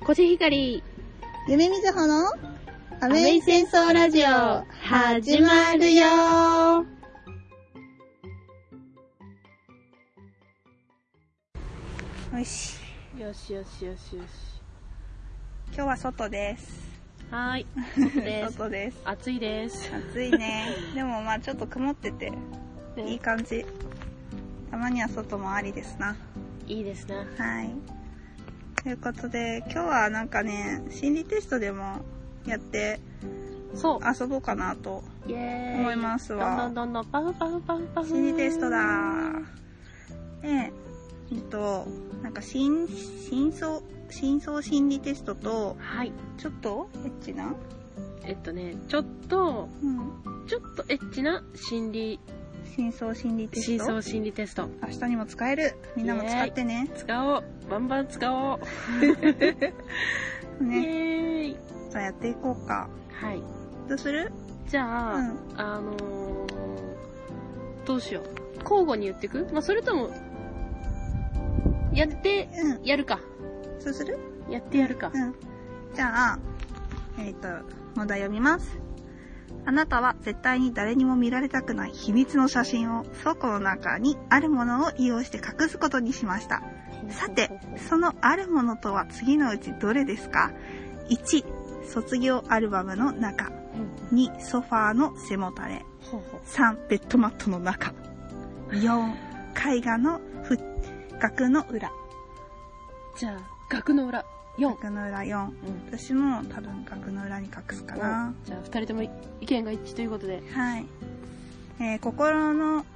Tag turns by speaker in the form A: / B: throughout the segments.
A: コシヒカリ、
B: 夢みずほのアメイ戦争ラジオ始まるよよし。
A: よしよしよしよし。
B: 今日は外です。
A: は ーい。外です。
B: 外です。
A: 暑いです。
B: 暑い ね。でもまあちょっと曇ってて、いい感じ。たまには外もありですな。
A: いいですね。
B: はい。ということで、今日はなんかね、心理テストでもやって
A: そう。
B: 遊ぼうかなと
A: イエーイ。
B: 思いますわ
A: どんどんどんどん、パフパフパフパフ。
B: 心理テストだ。で、えっと、なんか真、真相、真相心理テストと、
A: はい。
B: ちょっとエッチな
A: えっとね、ちょっと、
B: うん。
A: ちょっとエッチな心理、
B: 真相心理テス
A: 真
B: ト。
A: 相心理テスト。
B: 明日にも使える。みんなも使ってね。
A: 使おう。バンバン使おう。イエ
B: ね。
A: ーイ。
B: じゃあやっていこうか。
A: はい。
B: どうする
A: じゃあ、
B: うん
A: あのー、どうしよう。交互に言ってくまあ、それとも、やって、
B: うん。
A: やるか。
B: そうする
A: やってやるか。
B: うん。じゃあ、えっ、と、問題読みます。あなたは絶対に誰にも見られたくない秘密の写真を倉庫の中にあるものを利用して隠すことにしました。さて、そのあるものとは次のうちどれですか ?1、卒業アルバムの中。2、ソファーの背もたれ。
A: ほうほう
B: 3、ベッドマットの中。4、絵画のふ額の裏。
A: じゃあ、額の裏、4。
B: 額の裏4。
A: うん。
B: 私も多分額の裏に隠すかな。
A: じゃあ、二人とも意見が一致ということで。
B: はい。えー心の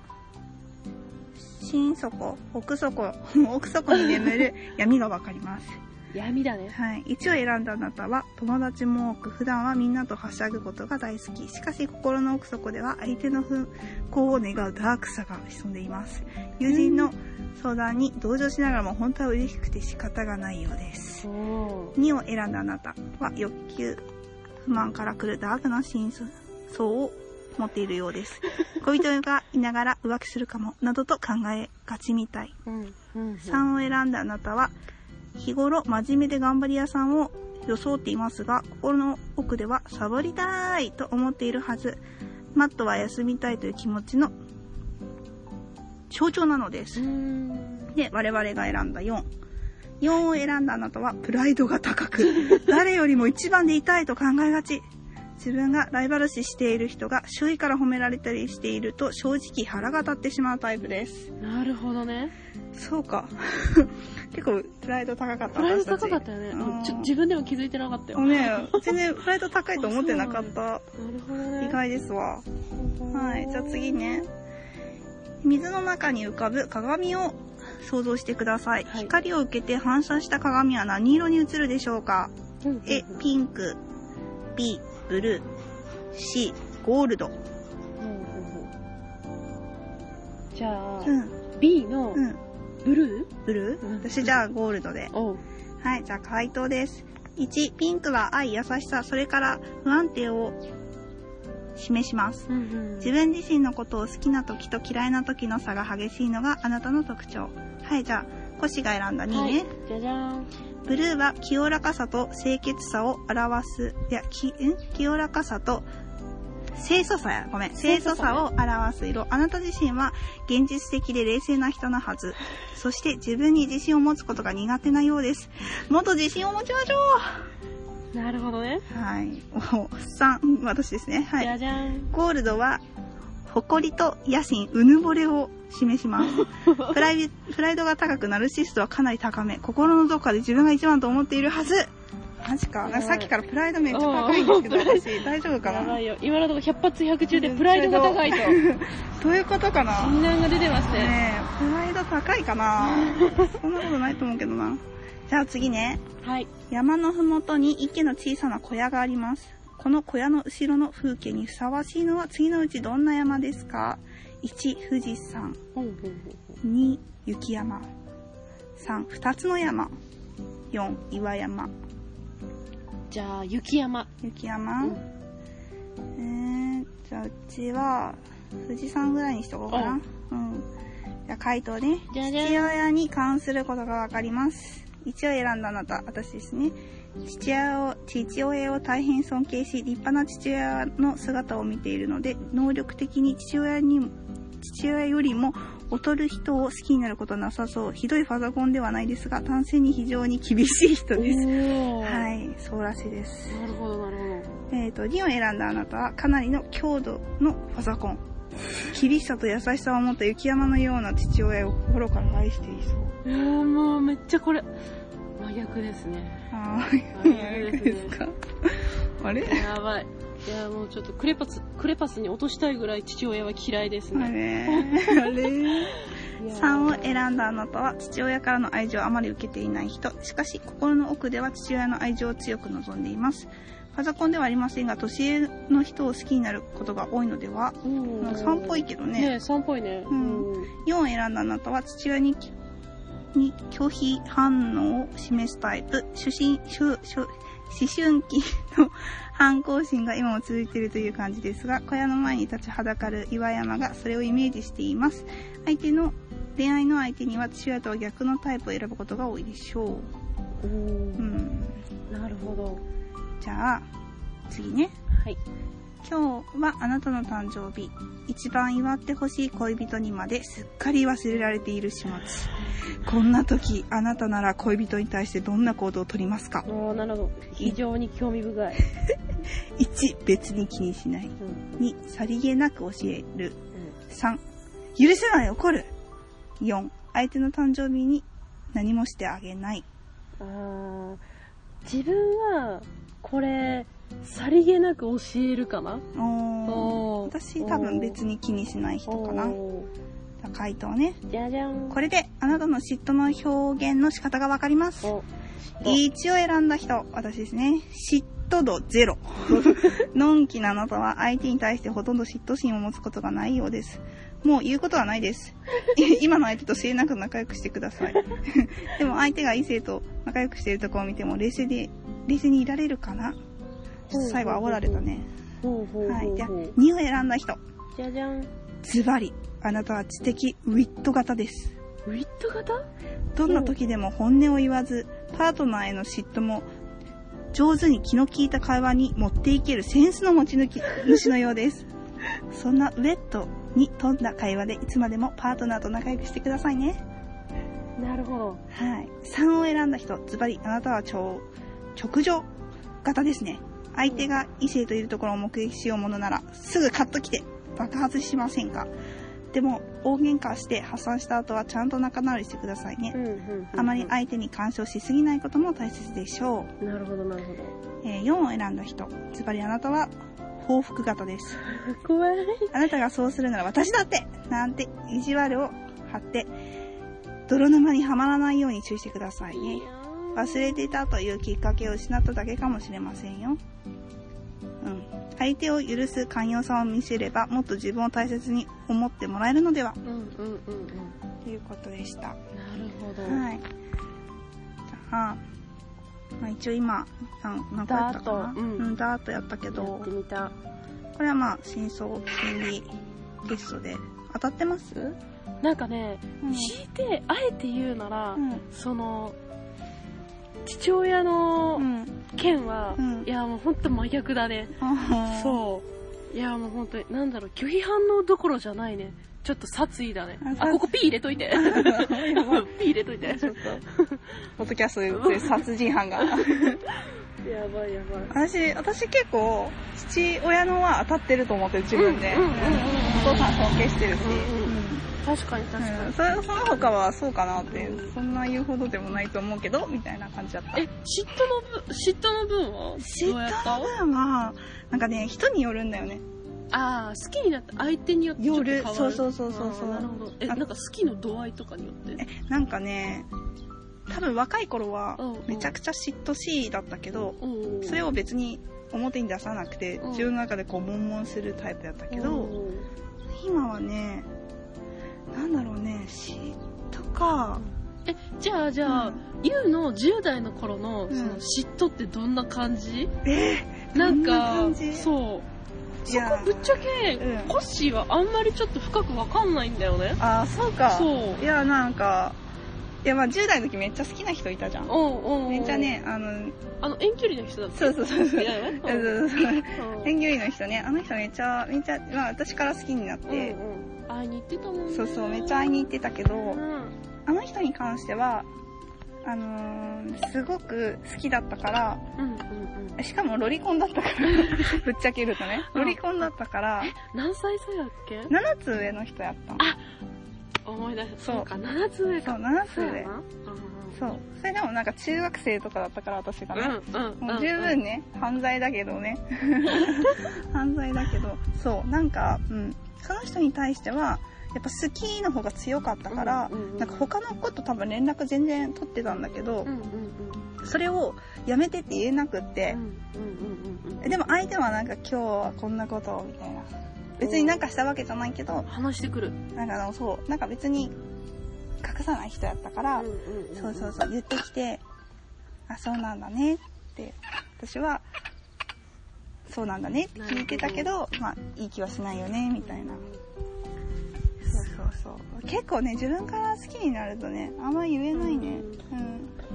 B: 心底、奥底、奥底に眠る闇がわかります。
A: 闇だね。
B: はい、1を選んだあなたは友達も多く普段はみんなとはしゃぐことが大好きしかし心の奥底では相手の不幸を願うダークさが潜んでいます友人の相談に同情しながらも本当は嬉しくて仕方がないようです
A: そう。
B: 2を選んだあなたは欲求不満から来るダークな真相を持っているようです恋人がいながら浮気するかもなどと考えがちみたい
A: うん。うん。
B: 3を選んだあなたは日頃真面目で頑張り屋さんを装っていますが心の奥ではサボりたいと思っているはずマットは休みたいという気持ちの象徴なので
A: う
B: す
A: ん。
B: で我々が選んだ44を選んだあなたはプライドが高く誰よりも一番でいたいと考えがち自分がライバル視している人が周囲から褒められたりしていると正直腹が立ってしまうタイプです
A: なるほどね。
B: そうか。 結構プライド高かった。
A: プライド
B: 私
A: 高かったよね。
B: 私たち
A: うんちょ
B: うん
A: 自分でも気づいてなかったよ。
B: たち。ね全然プライド高いと思ってなかった。
A: なるほどね。
B: 意外ですわ。
A: ほう。
B: はい。じゃあ次ね。水の中に浮かぶ鏡を想像してください。
A: はい
B: 光を受けて反射した鏡は何色に映るでしょうか
A: うん。うん。
B: ?A、ピンク。B、ブルー。C、ゴールド。
A: うんうんうんじゃあ
B: う、ん。
A: B の
B: うん。
A: ブル
B: ブル
A: うん
B: ー私じゃあゴールドで
A: ー。。おう。
B: はい、じゃあ回答です。1、ピンクは愛、優しさ、それから不安定を示します。
A: うんうん
B: 自分自身のことを好きな時と嫌いな時の差が激しいのがあなたの特徴。はい、じゃあ、コシが選んだ2ね。
A: はい。じゃじゃーん。
B: ブルーは清らかさと清潔さを表す、いや、き、ん清らかさと清楚さや、ごめん、
A: 清
B: 清
A: 楚
B: 楚
A: さね
B: さを表す色。あなた自身は現実的で冷静な人なはず。そして自分に自信を持つことが苦手なようです。もっと自信を持ちましょ
A: なるほどね。
B: うはい。お、3、私ですね。は
A: じゃ
B: い。
A: じゃん。
B: ゴールドは、誇りと野心、うぬぼれを示します。 プライベプライドが高く、ナルシストはかなり高め。心のどこかで自分が一番と思っているはず。マジか。なんかさっきからプライドめっちゃ高いん ですけど、
A: うん
B: 私、大丈夫か
A: やば
B: ない
A: よ。今のところ100発100中でプライドが高いと。
B: どういうことかな
A: 診
B: ね
A: 断が出てますね。
B: え、プライド高いか なそんなことないと思うけどな。じゃあ次ね。
A: はい。
B: 山のふもとに池の小さな小屋があります。この小屋の後ろの風景にふさわしいのは次のうちどんな山ですか ?1、富士山。
A: ほうほうほう
B: 2雪山32つの山4岩山
A: じゃあ、雪山。
B: 雪山、えー、じゃあうちは富士山ぐらいにしとこうかなうんじゃあ回答ね
A: じゃじゃん
B: 父親に関することがわかります1を選んだあなた、私ですね。父親を、父親を大変尊敬し、立派な父親の姿を見ているので、能力的に父親にも、父親よりも劣る人を好きになることはなさそう。ひどいファザコンではないですが、単性に非常に厳しい人です。
A: おー
B: はい、そうらしいです。
A: なるほど、なる
B: えっ、と、2を選んだあなたはかなりの強度のパソコン。厳しさと優しさを持った雪山のような父親を心から愛していそう。
A: ほど。えー、もうめっちゃこれ、真逆ですね。
B: あ
A: あ
B: あ、
A: ー
B: いいですか。あれ
A: やばい。いや、もうちょっとクレパス、クレパスに落としたいぐらい父親は嫌いです
B: あ
A: ね。
B: れあれ
A: いやー
B: ?3 を選んだあなたは父親からの愛情をあまり受けていない人。しかし、心の奥では父親の愛情を強く望んでいます。パソコンではありませんが、年上の人を好きになることが多いのでは
A: うん。
B: ?3 っぽいけどね。
A: ねえ、3っぽいね。
B: うん
A: うん
B: 4を選んだあなたは父親にに拒否反応を示すタイプ主心主主思春期の反抗心が今も続いているという感じですが小屋の前に立ちはだかる岩山がそれをイメージしています相手の恋愛の相手には父親とは逆のタイプを選ぶことが多いでしょ
A: お
B: うう
A: ー
B: ん
A: なるほど。
B: じゃあ次ね
A: はい。
B: 今日はあなたの誕生日一番祝ってほしい恋人にまですっかり忘れられている始末こんな時あなたなら恋人に対してどんな行動をとりますか
A: おーなるほど。非常に興味深い。
B: 1別に気にしない
A: うん。
B: 2さりげなく教える
A: うん
B: 3許せない怒る4相手の誕生日に何もしてあげない
A: あー自分はこれさりげなく教えるかな
B: おー
A: おー
B: 私多分別に気にしない人かなじ
A: お
B: ゃあ回答ね
A: ーじゃじゃん
B: これであなたの嫉妬の表現の仕方がわかります
A: お
B: 1を選んだ人、私ですね。嫉妬度ゼ ロ。のんきなあなたは相手に対してほとんど嫉妬心を持つことがないようです。もう言うことはないです。 今の相手と末永く仲良くしてください。 でも相手が異性と仲良くしているところを見ても冷静で、冷静にいられるかなちょっと最後煽られたね。
A: ほうほうほうほう
B: はい。じゃあ、2を選んだ人。
A: じゃじゃん
B: ズバリ。あなたは知的ウィット型です。
A: ウィット型
B: どんな時でも本音を言わず、パートナーへの嫉妬も、上手に気の利いた会話に持っていけるセンスの持ち抜き、主のようです。そんなウェットに富んだ会話でいつまでもパートナーと仲良くしてくださいね。
A: なるほど
B: はい。3を選んだ人、ズバリ、あなたは超、直情型ですね。相手が異性といるところを目撃しようものなら、すぐカッと来て爆発しませんかでも、大喧嘩して発散した後はちゃんと仲直りしてくださいね。
A: うんうんうんうん
B: あまり相手に干渉しすぎないことも大切でしょ
A: なるほどなるほ
B: う。えー4を選んだ人、つまりあなたは報復型 です。
A: ど怖い
B: あなたがそうするなら私だってなんて意地悪を張って、泥沼にはまらないように注意してくださいね。忘れていたというきっかけを失っただけかもしれませんよ。うん。相手を許す寛容さを見せれば、もっと自分を大切に思ってもらえるのでは
A: うんうんうんうん
B: ということでした。
A: なるほど
B: はい。じゃあ、まあ、一応今、なんなんかやったかな
A: ダートうん
B: うん、ダートやったけ
A: や
B: ど
A: って、みた
B: これはまあ、真相心理テストで。当たってますうん。
A: なんかね聞いてあえて言うなら
B: うん
A: その父親の
B: うん。
A: 剣は、
B: うん
A: いやもうほんと真逆だね、
B: う。
A: そういやもうほんとになんだろう拒否反応どころじゃないねちょっと殺意だね
B: あ
A: あここピー入れといて ピー入れといてや
B: ちょっと、ポッドキャストで殺人犯が。
A: ばいやばい
B: 私、私結構、父親のは当たってると思ってる、自分で。
A: うんうんうん
B: お父さん尊敬してるし。
A: うんうん確かに確かに、
B: うん、それその他はそうかなって、そんな言うほどでもないと思うけど、みたいな感じだった。
A: え嫉妬の分嫉妬の分は
B: 嫉
A: どうやっ
B: 妬
A: た
B: の分は、なんかね、人によるんだよね。
A: ああ好きになった相手によってちょっと変わる
B: よるそうそうそうそうそう
A: あーなるほどえ
B: あ
A: なんか好きの度合いとかによって
B: なんかね、多分若い頃は
A: うんうん、
B: めちゃくちゃ嫉妬しいだったけど、
A: うん
B: それを別に表に出さなくて
A: うん、
B: 自分の中でこう、悶々するタイプだったけど、
A: うん
B: 今はね、なんだろうね、嫉妬か、
A: えじゃあじゃあ、
B: うん
A: ゆうの10代の頃の
B: うん
A: その嫉妬ってどんな感じ、
B: え
A: なん
B: どんな
A: か
B: 感じ
A: そう
B: ーい
A: そこ
B: や
A: ぶっちゃけ、
B: うん
A: コッシーはあんまりちょっと深くわかんないんだよね
B: あー、そうか。
A: そう
B: いや、なんか、いやまあ10代の時めっちゃ好きな人いたじゃん。
A: おうおうおう
B: めっちゃ。ね、あの、
A: あの、遠距離の人だった。
B: そうそうそうそう
A: いやいや
B: そうそうそう
A: うん
B: 遠距離の人ね、あの人めっちゃ、めっちゃ、まあ私から好きになっ
A: うん
B: て、
A: うん。会いに行ってたもんね。
B: そうそう、めっちゃ会いに行ってたけ
A: う
B: ど、
A: ん。
B: あの人に関しては、あのーすごく好きだったから、
A: うんうんうん。
B: しかもロリコンだったから、 ぶっちゃけるとね、
A: うん
B: ロリコンだったから、
A: 何歳差やっけ
B: 7つ上の人やったの。
A: 思い出した。
B: そう
A: そうか、7つ上
B: そう、
A: か。
B: 7つ
A: そうや
B: 上。
A: な。
B: そう。それでもなんか中学生とかだったから私が
A: うんう
B: ね。
A: ん。うんうん。
B: もう十分ね、犯罪だけ どね。犯罪だけど、そう、なんか、うん、その人に対しては、やっぱ好きの方が強かった
A: だ
B: から、
A: うんうんうん
B: なんか他の子と多分連絡全然取ってたんだけど
A: う、んうんうん。
B: それをやめてって言えなくって
A: う、んうんうんうん。
B: でも相手はなんか今日はこんなことをみたいな。別になんかしたわけじゃないけど、
A: 話してくる。
B: なんかあのそう、なんか別に隠さない人やったから、そうそうそう、言ってきて、あ、そうなんだねって、私は、そうなんだねって聞いてたけど、まあ、いい気はしないよね、みたいな。そうそうそう。結構ね、自分から好きになるとね、あんま言えないね。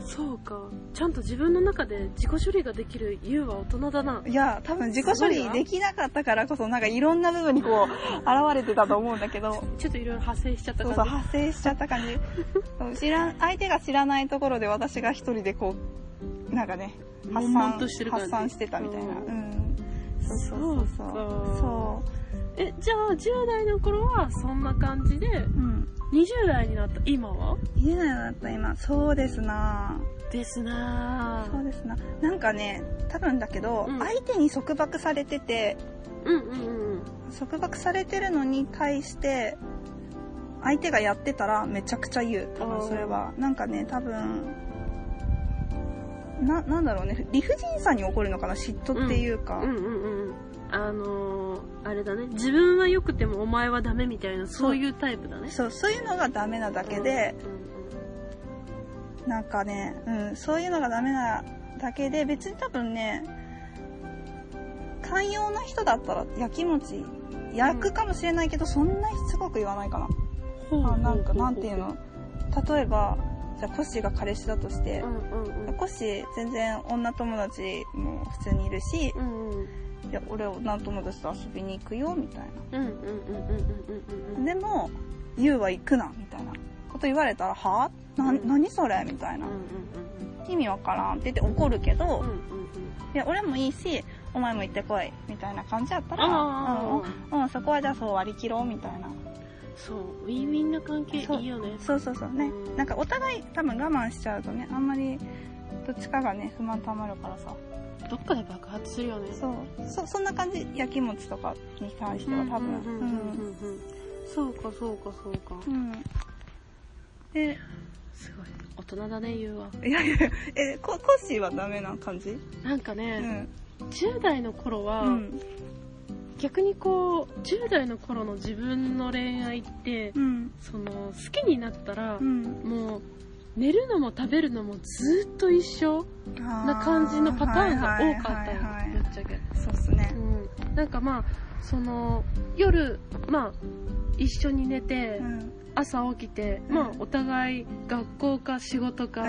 A: そうか。ちゃんと自分の中で自己処理ができる優は大人だな
B: うん。。いや、多分自己処理できなかったからこそ、なんかいろんな部分にこう、現れてたと思うんだけど、
A: ちょっといろいろ派生しちゃった
B: そうそ
A: 感
B: う、
A: じ。
B: 発生しちゃった感じ。そう 知らん、相手が知らないところで私が一人でこう、なんかね、発
A: 悶々
B: 散
A: としてる感
B: 発
A: じ
B: 散してたみたいな。
A: う
B: うんん。そうそうそうそう。
A: そ
B: そ
A: え、じゃあ10代の頃はそんな感じで、
B: う。うん。
A: 20代になった今は
B: 見えないだった今。そうですな
A: ですな
B: そうですななんかね、多分だけど、
A: うん
B: 相手に束縛されてて、
A: うんうんうん。
B: 束縛されてるのに対して、相手がやってたらめちゃくちゃ言う。多
A: あ
B: 分
A: ー
B: それは。なんかね、多分、な、なんだろうね。理不尽さに起こるのかな嫉妬っていうか。
A: うんうんうんうん。あのー、あれだね。自分は良くてもお前はダメみたいな、そういうタイプだね。
B: そう、そういうのがダメなだけで、
A: うんうんうん
B: なんかね、うん、そういうのがダメなだけで、別に多分ね、寛容な人だったら焼きもち焼くかもしれないけど、そんなしつこく言わないか
A: ほう
B: な。
A: ほ
B: あ
A: う
B: なんか、
A: ほう
B: なんていうの例えば、じゃあコッシーが彼氏だとして
A: う、んうん
B: コッシー全然女友達も普通にいるし、
A: うんうんうん
B: いや俺女友達と遊びに行くよ、みたい
A: うんうんうんうんうんうんうん
B: な。でも、ユウは行くな、みたいなこと言われたら、はぁな、何それみたいな。意味わからんって言って怒るけど、
A: うんうんうんうん
B: いや、俺もいいし、お前も行ってこい、みたいな感じやったら、
A: ああ
B: うん、うん、そこはじゃあそう割り切ろう、みたいな。
A: そうウィンウィンな関係い
B: そう
A: いよね
B: そうそうそうね。なんかお互い多分我慢しちゃうとね、あんまり、どっちかがね、不満溜まるからさ。
A: どっかで爆発するよね
B: そう。そ、そんな感じ、焼きもちとかに関しては多分。
A: うんうんうんうんうんそうかそうかそうか
B: うん。うん。え、
A: すごい大人だね言うわ
B: いやいや、え、ココッシーはダメな感じ
A: なんか
B: う
A: ね、
B: ん。
A: 10代の頃
B: う
A: は、
B: ん。
A: 逆にこう10代の頃の自分の恋愛って、
B: うん。
A: その好きになったら
B: う、ん。
A: もう寝るのも食べるのもずっと一緒な
B: な
A: 感じのパターンが多かったよ
B: はいはいは
A: ぶ
B: い
A: っちゃけ
B: そうっすね。
A: うん、なんかまあその夜まあ一緒に寝て、
B: うん。
A: 朝起きて、
B: うん
A: まあお互い学校か仕事か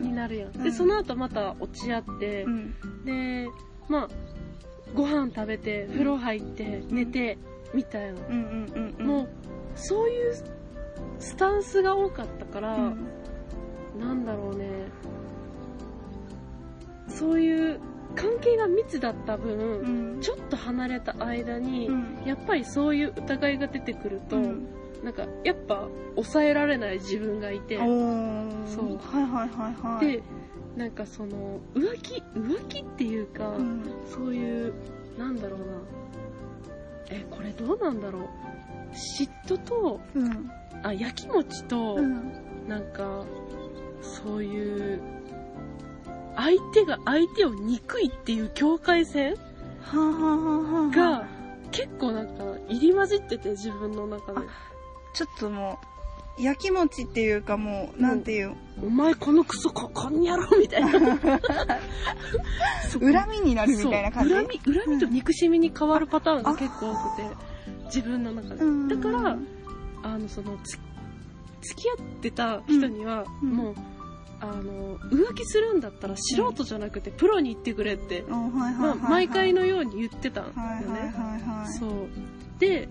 A: になるやん、
B: う
A: で
B: ん
A: その後また落ち合って、
B: うん。
A: でまあご飯食べて風呂入って寝て、みたいな、
B: うんうんうんうん。
A: もうそういうスタンスが多かったから、
B: うん
A: なんだろうねそういう関係が密だった分、
B: うん
A: ちょっと離れた間に、
B: うん
A: やっぱりそういう疑いが出てくると、
B: うん
A: なんかやっぱ抑えられない自分がいて、
B: おー
A: そう
B: はいはいはいはい
A: でなんかその浮気浮気っていうか、
B: うん
A: そういうなんだろうなえこれどうなんだろう嫉妬と
B: うん
A: あやきもちと、
B: うん
A: なんかそういう相手が相手を憎いっていう境界線
B: はあはあはあはあ
A: が結構なんか入り混じってて自分の中で
B: ちょっともう焼きもちっていうかもうなんていう
A: お前このクソここにやろうみた いなそこ
B: 恨みになるみたいな感じ
A: そう恨み恨みと憎しみに変わるパターンが結構多くて自分の中で、
B: うん
A: だからあのそのつ付き合ってた人には、
B: うんうん
A: もう、あの、浮気するんだったら素人じゃなくてプロに言ってくれって、
B: おはいはい
A: ま
B: は
A: あ
B: い、はい。
A: 毎回
B: の。
A: のように言ってたん
B: は
A: だ
B: い
A: よ
B: はい
A: ね。
B: はいはい。
A: そう。で、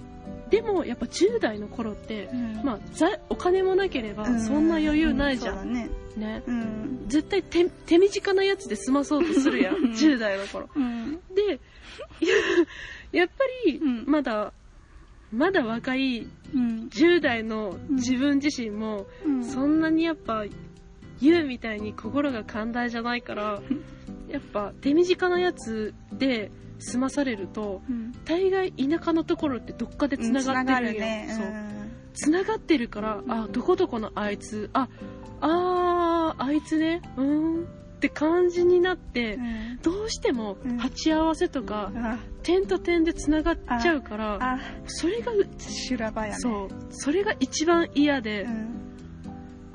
A: でもやっぱ10代の頃って、
B: うん
A: まあ、ざお金もなければ
B: う
A: そんな余裕ないじゃ。
B: うんそうだね。
A: ね。
B: うん。
A: 絶対手手短なやつで済まそうとするやん。
B: うん
A: 10代の頃。
B: うん。
A: で、い ややっぱり
B: うん、
A: まだ、まだ若い
B: うん。
A: 10代の自分自身も、
B: うん
A: そんなにやっぱ、言うみたいに心が寛大じゃないから、やっぱ手短なやつで済まされると、
B: うん。
A: 大概田舎のところってどっかで繋がってるんよ、
B: うん
A: そう。繋がってるから、あ、どこどこのあいつ、あ、あー、あいつね、うーんって感じになって、どうしても
B: うん
A: 鉢合わせとか
B: つ、ながるねうん。あ、
A: 点と点で繋がっちゃうから、
B: あ、
A: それが、
B: 修羅場やね。
A: そう、それが一番嫌で
B: う、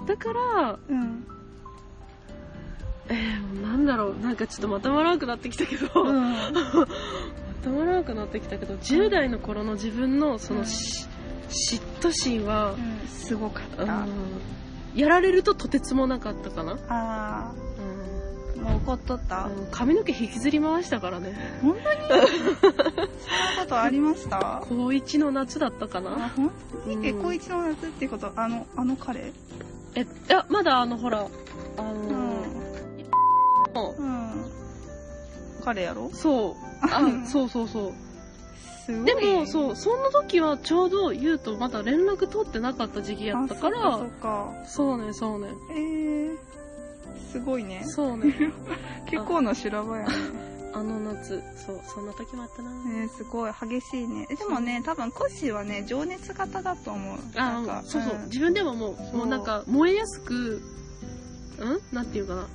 B: ん。
A: だから、
B: うん。
A: えー、なんだろう、なんかちょっとまとまらなくなってきたけど、
B: う
A: ま
B: ん。
A: とまらなくなってきたけど、10代の頃の自分のその、
B: うん
A: し嫉妬心は
B: う、んすごかっ
A: う
B: た。
A: んやられるととてつもなかったかな。うん
B: ああ、もう怒っとった。
A: うん髪の毛引きずり回したからね。
B: 本当にそんなことありました
A: 高一の夏だったかな
B: あ、本当にえ、
A: うん
B: 高一の夏ってこと、あの、あの彼
A: え、いや、まだあの、ほら、あ
B: う
A: のー
B: ん。
A: も
B: うん。彼やろ
A: う そう。あ、そうそうそう。
B: すごい。。
A: でも、そうう、その時はちょうどゆうとまだ連絡取ってなかった時期やったか
B: あそ
A: ら
B: う、か。
A: そうね、そうね。
B: えー、すごいね。
A: そうね。
B: 結構な修羅場やね。
A: あの夏、そう、そんな時もあったな。
B: えー、すごい、激しいね。えでもね、多分コッシーはね、情熱型だと思う。
A: あ、
B: な
A: うんん
B: か、
A: そうそう。
B: ん
A: 自分でもも
B: そう
A: う、もうなんか、燃えやすく、うんなんていうかな。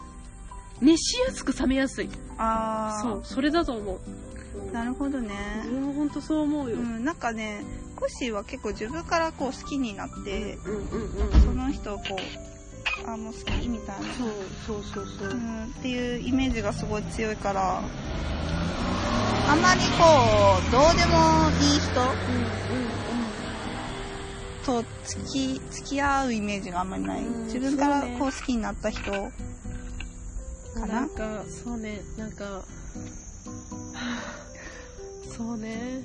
A: 熱しやすく冷めやすい。
B: あー
A: そう、それだと思う。うん
B: なるほどね。
A: 自分は本当そう思うよ。
B: う
A: うん
B: ん、なんかね、コッシーは結構自分からこう好きになって、
A: うんうんう
B: そ
A: ん。
B: の人をこう、あ、もう好きみたいな。
A: そうそうそうそうう。
B: ん、っていうイメージがすごい強いから、あんまりこう、どうでもいい人と付き、付き合うイメージがあんまりない。
A: うん
B: 自分から
A: そうね
B: こう好きになった人。かな
A: なんか、そうね、なんか、 はぁそうね。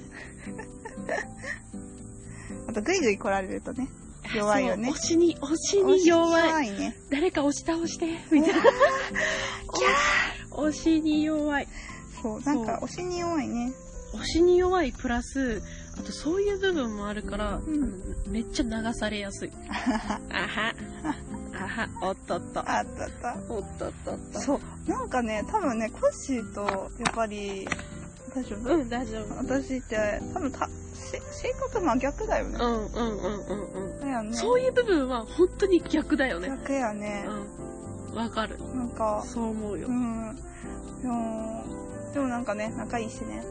B: あと、ぐいぐい来られるとね。弱いよね
A: そう推しに、推しに弱い。
B: いね。
A: 誰か押し倒して、み たいな。推しに弱い。
B: そう、なんか、推しに弱いね。
A: 推しに弱いプラス、あとそういう部分もあるから、
B: ん
A: あのめっちゃ流されや すい。あは。あは。おっとっと。
B: あったあった。
A: おっとっとっと。
B: そう、なんかね、多分ね、コッシーと、やっぱり、大丈夫
A: うん、大丈夫。
B: 私って、多分た、せ性格真逆だよね
A: う。んうんうんうんうん。
B: だよね。
A: そういう部分は本当に逆だよね。
B: 逆やね。
A: うん。わかる。
B: なんか、
A: そう思うよ
B: う。ん。でも、でもなんかね、仲いいし ね。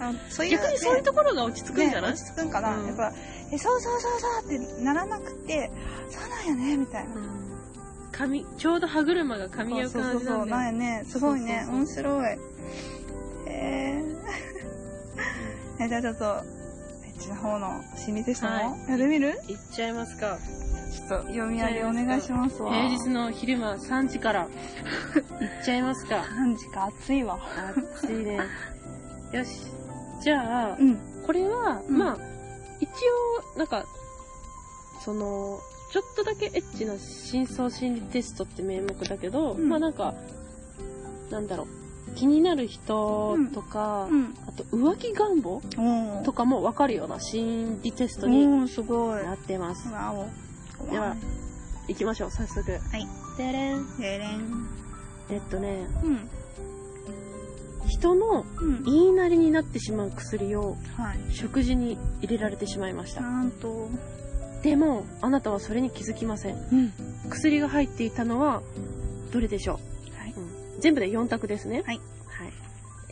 B: あそういう、
A: 逆にそういう
B: と
A: ところが落ち着くんじゃない、
B: 落ち着くんかな。
A: うん
B: やっぱ、え、そうそうそうそうってならなくて、そうなんよね、みたいな
A: う。ん。髪、ちょうど歯車が噛み合う
B: そうそう
A: 感じ
B: そ
A: な
B: う、
A: ん
B: な
A: だ
B: ん
A: よ。
B: やね。すごい
A: そ
B: ね。
A: うそう
B: 面白い。えー。 えじゃあちょっと、エッチな方の心理テストも、
A: は
B: やってみる
A: いっちゃいますか。
B: ちょっと読み上げお願いしますわ。
A: 平日の昼間3時から。いっちゃいますか。
B: 3時か暑いわ。
A: 暑いね。よし。じゃあ
B: う、ん。
A: これは、
B: うん
A: まあ、一応、なんか、その、ちょっとだけエッチな真相心理テストって名目だけど、
B: うん
A: まあなんか、なんだろう、気になる人とか、
B: うん。
A: あと浮気願望
B: おー
A: とかもわかるような心理テストに
B: おー、すごい。
A: なってます。
B: わお。。
A: では行きましょう、早速。はいでれん。
B: デレン。
A: えっとね、
B: うん。
A: 人の
B: うん。
A: 言いなりになってしまう薬を
B: はい。
A: 食事に入れられてしまいました。
B: なんと。
A: でも、あなたはそれに気づきません。
B: うん。
A: 薬が入っていたのは、どれでしょ
B: はい。
A: う、うん、全部で4択ですね。
B: はい。
A: は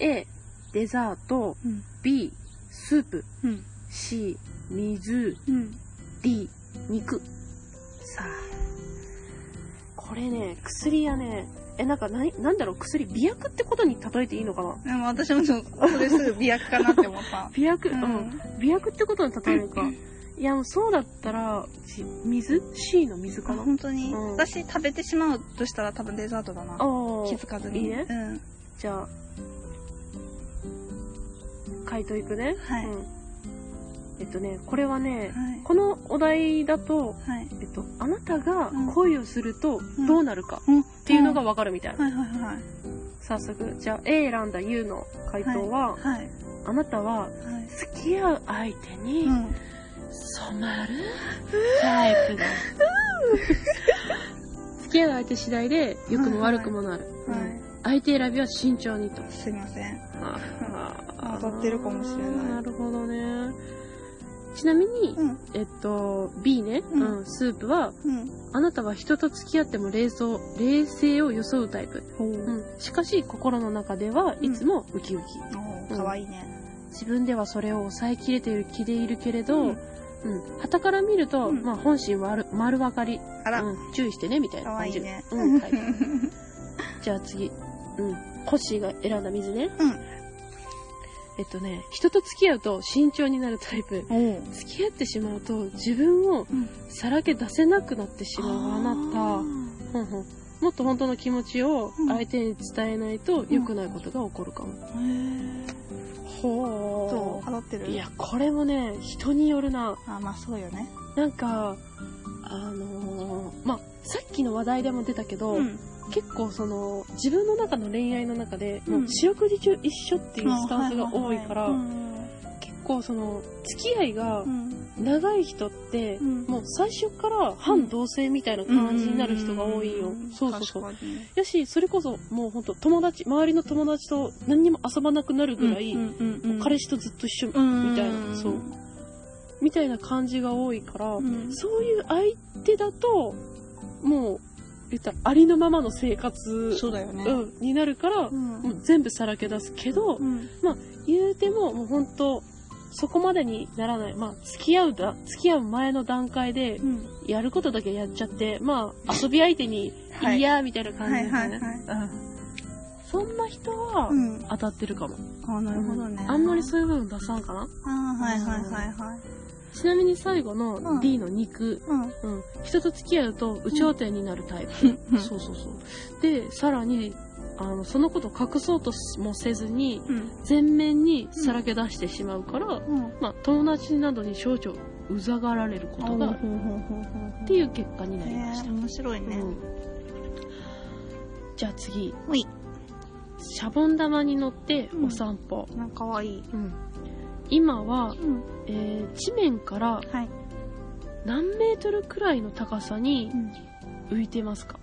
A: い、A、デザート。
B: うん。
A: B、スープ。
B: うん。
A: C、水。
B: うん。
A: D、肉。さあ。これね、薬やね、え、なんか、な、なんだろう、薬、媚薬ってことに例えていいのかな。
B: でも私もちょっと、それすぐ美薬かなって思った
A: 媚薬、う。
B: うんん。
A: 媚薬ってことに例えるか。いや、もうそうだったら、し水 ?C の水
B: あ
A: かな
B: 本当に、
A: うん
B: 私食べてしまうとしたら多分デザートだな
A: ああ。
B: 気づかずに
A: いいね
B: うん
A: じゃあ、回答いくね。
B: はい
A: うんえっとね、これはね、
B: はい
A: このお題だと、
B: はい
A: えっと、あなたが恋をすると
B: ん
A: どうなるか
B: うん
A: っていうのがわかるみたいな。
B: はいはいはい
A: 早速、じゃあ A 選んだ U の回答は、
B: はい
A: あなたは
B: はい
A: 付き合う相手に
B: うん
A: 染まるタイプだ。付き合う相手次第で良くも悪くもなる。
B: は
A: うん
B: い
A: 相手選びは慎重にと。
B: すいません
A: あ
B: 当たってるかもしれない
A: なるほどね。ちなみに、
B: うん
A: えっと、B ね、
B: う
A: うんん、スープは、
B: うん
A: あなたは人と付き合っても冷蔵、冷静を装うタイプ。
B: ほう
A: うん。しかし、心の中ではいつもウキウキ。
B: お
A: う
B: ー
A: ん
B: かわいいね
A: 自分ではそれを抑えきれている気でいるけれど、
B: う
A: うんん。旗から見ると、
B: うん
A: まあ、本心はある丸分かり。
B: あら
A: うん。注意してね、みたい
B: か
A: な
B: わ
A: 感
B: い
A: じ。
B: いね
A: うん、 はい。じゃあ次。うん。コッシーが選んだ水ね。
B: うん
A: えっとね、人と付き合うと慎重になるタイプ。
B: おお
A: 付き合ってしまうと自分を
B: うん
A: さらけ出せなくなってしまうあなた。うんうんもっと本当の気持ちを
B: うん
A: 相手に伝えないと良くないことが起こるかも。
B: たへえどう
A: ほ
B: 払ってる
A: いや、これもね、人によるな。
B: あまあそうよね
A: なんか、あのーまあ、さっきの話題でも出たけど、
B: ん
A: 結構その自分の中の恋愛の中で、
B: うん
A: もう四六時中一緒っていうスタンスが多いから、
B: あはいはい
A: 結構その付き合いが
B: はいうん
A: 長い人って、
B: うん
A: もう最初から反同性みたいな感じになる人が多いよ、そうそうそう
B: 確かに
A: やしそれこそもうほんと友達周りの友達と何にも遊ばなくなるぐらい、もう彼
B: 氏
A: 氏とずっと一緒
B: み
A: みたいなそうみたいな感じが多いから、
B: うん
A: そういう相手だともう言ったらありのままの生活
B: そうだよね
A: うん、になるから、
B: うん
A: もう全部さらけ出すけど、
B: うん
A: 言うても、もう本当そこまでにならない。まあ、付き合うだ、付き合う前の段階で、
B: うん、
A: やることだけやっちゃって、まあ、遊び相手に
B: はい
A: い、やーみたいな感じ
B: はい
A: です
B: はい
A: ね。
B: はい
A: うんそんな人は、
B: うん
A: 当たってるかも。
B: あなるほどね
A: あんまりそういう部分出さんかな。
B: あはいはいはいはい
A: ちなみに最後
B: うん
A: の D の肉。
B: うん
A: うん。人と付き合うと、有頂天になるタイプ。そうそうそう。で、さらに、あの、そのことを隠そうともせずに、
B: うん
A: 全面にさらけ出してしまうから、
B: うん
A: まあ、友達などに少々うざがられることがある
B: ほうほうほうほう
A: っていう結果になりました、
B: ね面白いね
A: うんじゃあ次
B: ほい
A: シャボン玉に乗って
B: うん
A: お散歩、
B: なんかわいい
A: うん今は、
B: うん
A: えー地面から
B: はい
A: 何メートルくらいの高さに浮いてますか、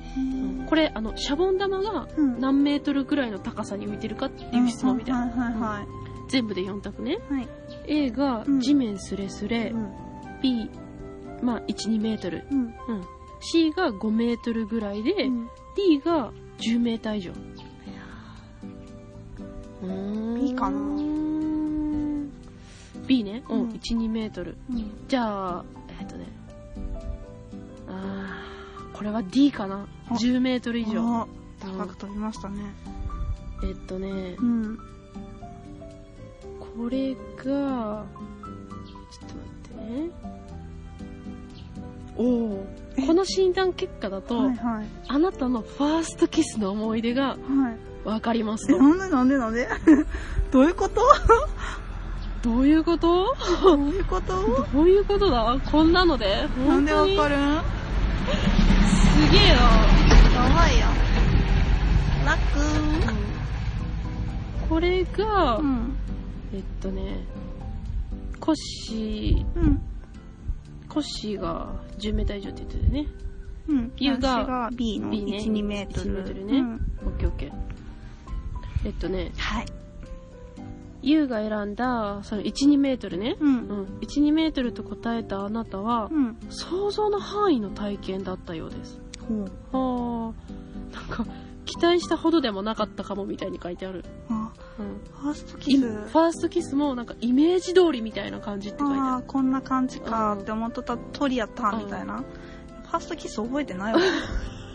B: へ
A: これあのシャボン玉が
B: えうん
A: 何メートルくらいの高さに浮いてるかっていう質問みたいな、
B: はいはいはい
A: 全部で4択ね、
B: はい
A: A が
B: うん
A: 地面すれすれ、
B: うん
A: B、まあ、1、2メートル。
B: うん
A: うん。C が5メートルぐらいで、
B: うん
A: D が10メーター以上。うーん
B: B かな
A: ?B ね。うん、
B: うん
A: 1、2メートル。
B: うん
A: じゃあ、えっとね。あー、これは D かな
B: あ
A: ?10 メートル以上。
B: あ高く飛びましたね
A: えっとね、
B: うん
A: これが、ちょっと待ってね。おお
B: え
A: この診断結果だと、
B: はいはい
A: あなたのファーストキスの思い出が
B: はい
A: わかります
B: え
A: と
B: な。んでなんでなんでどういうこと
A: どういうこと
B: どういうこと
A: どういうことだこんなので
B: なんでわか
A: る
B: るんや
A: すげえな。
B: ばいやんラッ
A: これが、
B: クうん
A: えっとね、コッシ
B: うん
A: ー、コッシーが10メーター以上って言ってたよね。
B: うん、
A: U が
B: 私 B の
A: B ね
B: 1、2メート
A: 1 2
B: ル。
A: メートルね
B: うん
A: オッケーオッケー。えっとね、
B: はい。
A: ユウが選んだ、その1、2メートルね。
B: う。
A: うんん。1、2メートルと答えたあなたは、
B: うん。
A: 想像の範囲の体験だったようです。
B: ほう。
A: あーなんか期待したほどでもなかったかもみたいに書いてある、
B: あ、
A: うん、
B: ファーストキ
A: い
B: ス。
A: ファーストキスもなんかイメージ通りみたいな感じって書いて
B: あ
A: あ
B: あ、こんな感じかって思っとった通りやったみたいな。ファーストキス覚えてないわ。
A: る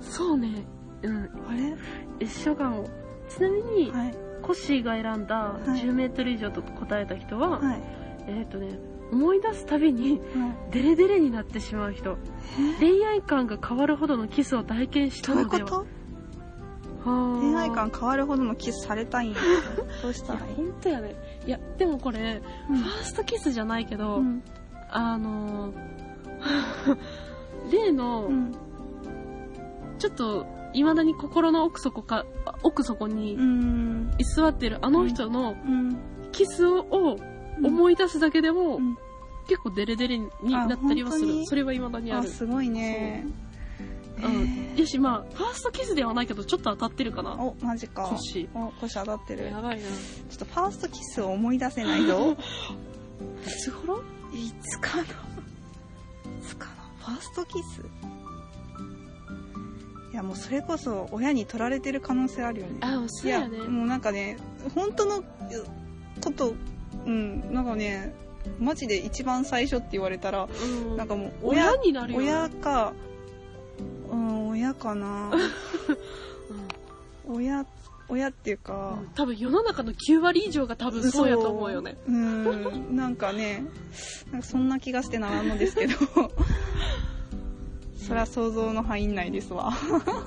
A: そうね、うん、
B: あれ
A: 一緒かもちなみに、
B: はい。
A: コッシーが選んだ
B: はい
A: 1 0ル以上と答えた人は、
B: はい。
A: えっ、とね思い出すたびに
B: うん
A: デレデレになってしまう人
B: え
A: 恋愛感が変わるほどのキスを体験した
B: どういう
A: の
B: こ
A: では
B: と
A: はあ
B: 恋愛観変わるほどのキスされたいんや どうした
A: いや
B: らいい、
A: 本当やねいやでもこれ、
B: うん
A: ファーストキスじゃないけど、
B: うん
A: あのー 例の、
B: うん
A: ちょっといまだに心の奥底かあ奥底に
B: うん
A: 居座ってるあの人の
B: うん
A: キスを
B: い
A: 思い出すだけでも、
B: うん
A: 結構デレデレになったりはす
B: あ本当
A: る
B: に
A: それはいまだにあ
B: あ
A: る
B: すごいね
A: う
B: え
A: ん、
B: ー
A: よしまあファーストキスではないけどちょっと当たってるかな
B: おマジか
A: 腰
B: お腰当たってる
A: やばいな
B: ちょっとファーストキスを思い出せないよ
A: いつ頃
B: いつかないつかなファーストキスいやもうそれこそ親に取られてる可能性あるよね
A: あそうやね
B: いやもうなんかね本当のうことうんなんかねマジで一番最初って言われたら
A: うん
B: なんかもう
A: 親になるよね
B: 親かうん親 か
A: う
B: な
A: ん
B: 親親っていうか
A: うん多分世の中の9割以上が多分そうやと思うよね
B: そううんなんかねなんかそんな気がしてならんので すけどそりゃ想像の範囲内ですわ
A: ファー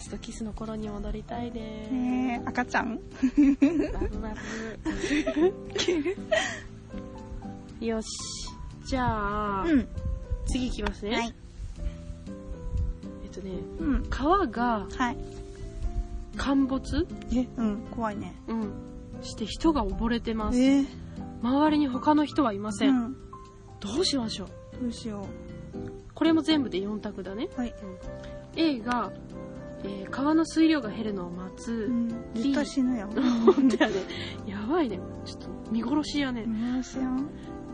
A: ストキスの頃に戻りたいね
B: ねえ赤ちゃん
A: ラブラブよしじゃあ、
B: うん
A: 次いきますね、
B: はい
A: えっとね
B: うん
A: 川が
B: はい
A: 陥没、
B: えうん怖いね
A: うん、して人が溺れてます
B: えー
A: 周りに他の人はいません、
B: うん
A: どうしましょう
B: どうしよ
A: これも全部で4択だね
B: うはい、
A: A が、えー川の水量が減るのを待
B: う
A: つ、
B: ん、絶対死 ぬよ
A: 本当やねやばいねちょっと見殺しやね、
B: どうしよ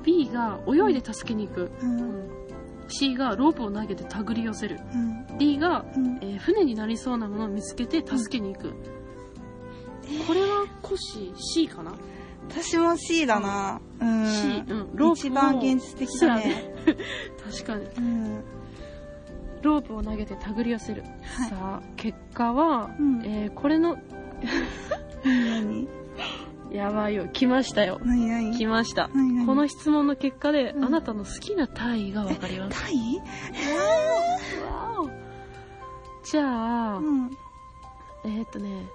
A: B が泳いで助けに行く、
B: ううん、
A: C がロープを投げて手繰り寄せる
B: うん、
A: D が、
B: うん
A: えー船になりそうなものを見つけて助けに行く、これはコシ C かな、
B: 私も C だなうん
A: C、うん、ロープを
B: 一番現実的だね
A: 確かに
B: うん
A: ロープを投げて手繰り寄せる、
B: はい
A: さあ結果は、
B: うん
A: えーこれの
B: 何
A: やばいよ来ましたよ
B: 何何
A: 来ました
B: 何何
A: この質問の結果で、
B: うん
A: あなたの好きな体位がわかります
B: タイ
A: わおじゃあ、
B: うんうん
A: えーっとね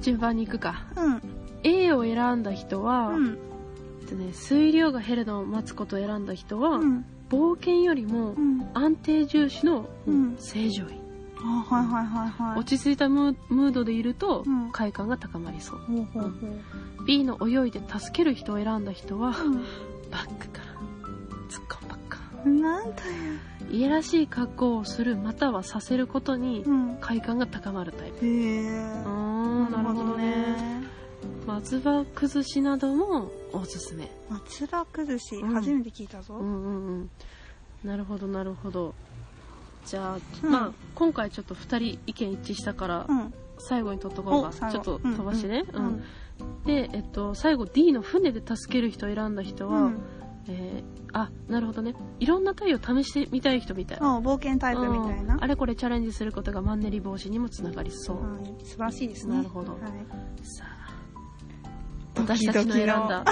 A: 順番に行くか A を選んだ人は、
B: うん
A: えっとね、水量が減るのを待つことを選んだ人は、
B: うん
A: 冒険よりも
B: うん
A: 安定重視の、
B: うん
A: 正常位
B: あはいはいはいはい
A: 落ち着いたムームードでいると、
B: うん
A: 快感が高まりそう
B: ほうほうほう
A: B の泳いで助ける人を選んだ人は
B: うん
A: バックから突っ込むばっか
B: なんだよ
A: いやらしい格好をするまたはさせることに
B: うん
A: 快感が高まるタイプ
B: へえ
A: うーんなるほどね松葉崩しなどもおすすめ
B: 松葉崩し
A: うん
B: 初めて聞いた
A: う
B: ぞ
A: んうんうんなるほどなるほどじゃあ、
B: うん
A: まあ今回ちょっと2人意見一致したから、
B: うん
A: 最後に取っとこう
B: お
A: か
B: 最
A: ちょ
B: 後
A: っと飛ばしてね、
B: う
A: うん
B: ん
A: で、えっと、最後 D の船で助ける人を選んだ人
B: う
A: は、
B: ん
A: えーあなるほどねいろんな体を試してみたい人みたい
B: あ冒険タイプみたい
A: うん
B: な
A: あれこれチャレンジすることがマンネリ防止にもつながりそう、
B: うん素晴らしいですね
A: なるほど、
B: はい
A: さあ
B: ド
A: 私
B: キ
A: た
B: ド
A: ち
B: キ
A: の選
B: の
A: んだ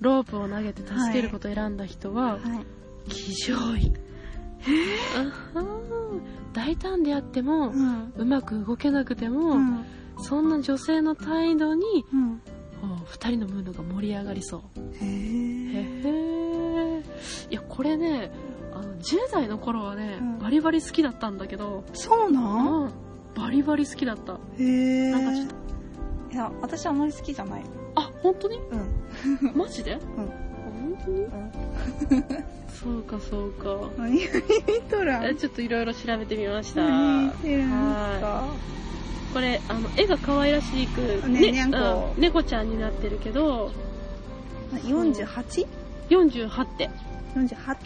A: ロープを投げて助けることを選んだ人は、
B: はい
A: 騎乗位あはん大胆であっても、
B: うん
A: うまく動けなくて
B: う
A: も、
B: ん
A: そんな女性の態度に
B: うん
A: 2人のムードが盛り上がりそうへ
B: へえ
A: へいやこれねあの10代の頃はね、
B: うん
A: バリバリ好きだったんだけど、
B: そうなん
A: うんバリバリ好きだった
B: へえ
A: なんかちょっと
B: いや私あんまり好きじゃない
A: あ本当に
B: うん
A: マジで、
B: うん
A: 本当に、そうかそうか
B: 何見とら
A: え
B: ん
A: ちょっといろいろ調べてみました
B: 何見てるんか
A: これあの絵が可愛らしく、
B: ねにゃんこ
A: うん猫ちゃんになってるけど
B: 48?48
A: 48手
B: っ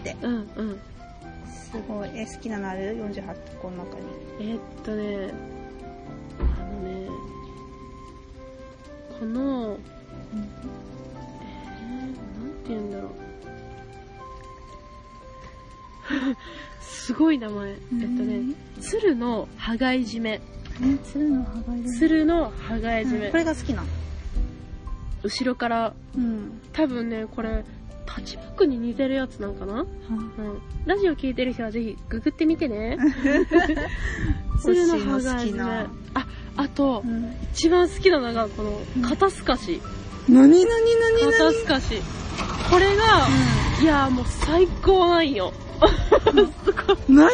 B: て
A: うんうん
B: すごいえ好きなのある48個の中に
A: えーっとねあのねこの、えー、なんて言うんだろう すごい名前えっとね鶴の羽がい締め
B: え鶴の羽がいる
A: 鶴の羽がい締め、
B: これが好きなの
A: 後ろから、
B: うん。
A: 多分ね、これ、パッチブックに似てるやつなんかなうん。ラジオ聞いてる人はぜひググってみてね。鶴の葉が
B: 星の好きな
A: あ、あと
B: う、ん
A: 一番好きなのが、この
B: うん、
A: 肩透かし。
B: 何何何
A: 肩
B: 何
A: 透かし。これが、いやーもう最高なんよ。
B: 何何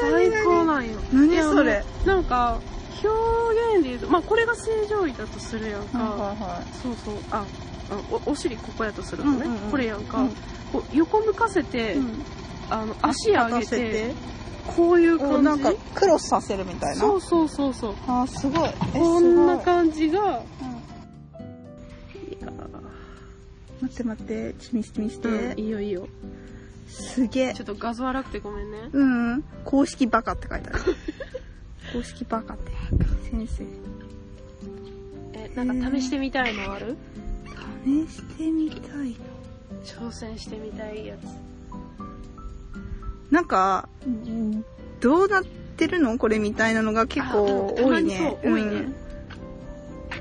A: 最高
B: 何
A: なんよ。
B: 何
A: いや
B: 何それ
A: なんか、表現で言うと、まあこれが正常位だとするやんか。
B: は
A: そうそう。あ、あおお尻ここやとするのね。
B: うんうんうん
A: これやんか。
B: うん
A: こう横向かせて、あの足上げて
B: 立たせて
A: こういう
B: こ
A: 感
B: う
A: じ。
B: なんかクロスさせるみたいな
A: そうそうそうそう。
B: あーすごいえ
A: こんな感じが、
B: すごい
A: い
B: うん
A: や
B: 待って待ってちょっと見せて見せて、
A: ー、うん、いいよいいよ。
B: すげえ
A: ちょっと画像荒くてごめんね。
B: うん公式バカって書いて ある公式バカって先生
A: え、なんか試してみたいのある
B: 試してみたい
A: 挑戦してみたいやつ。
B: なんか、うんどうなってるのこれみたいなのが結構
A: あうんた
B: 多
A: ま
B: い
A: にそう
B: ね。
A: 多いね
B: うん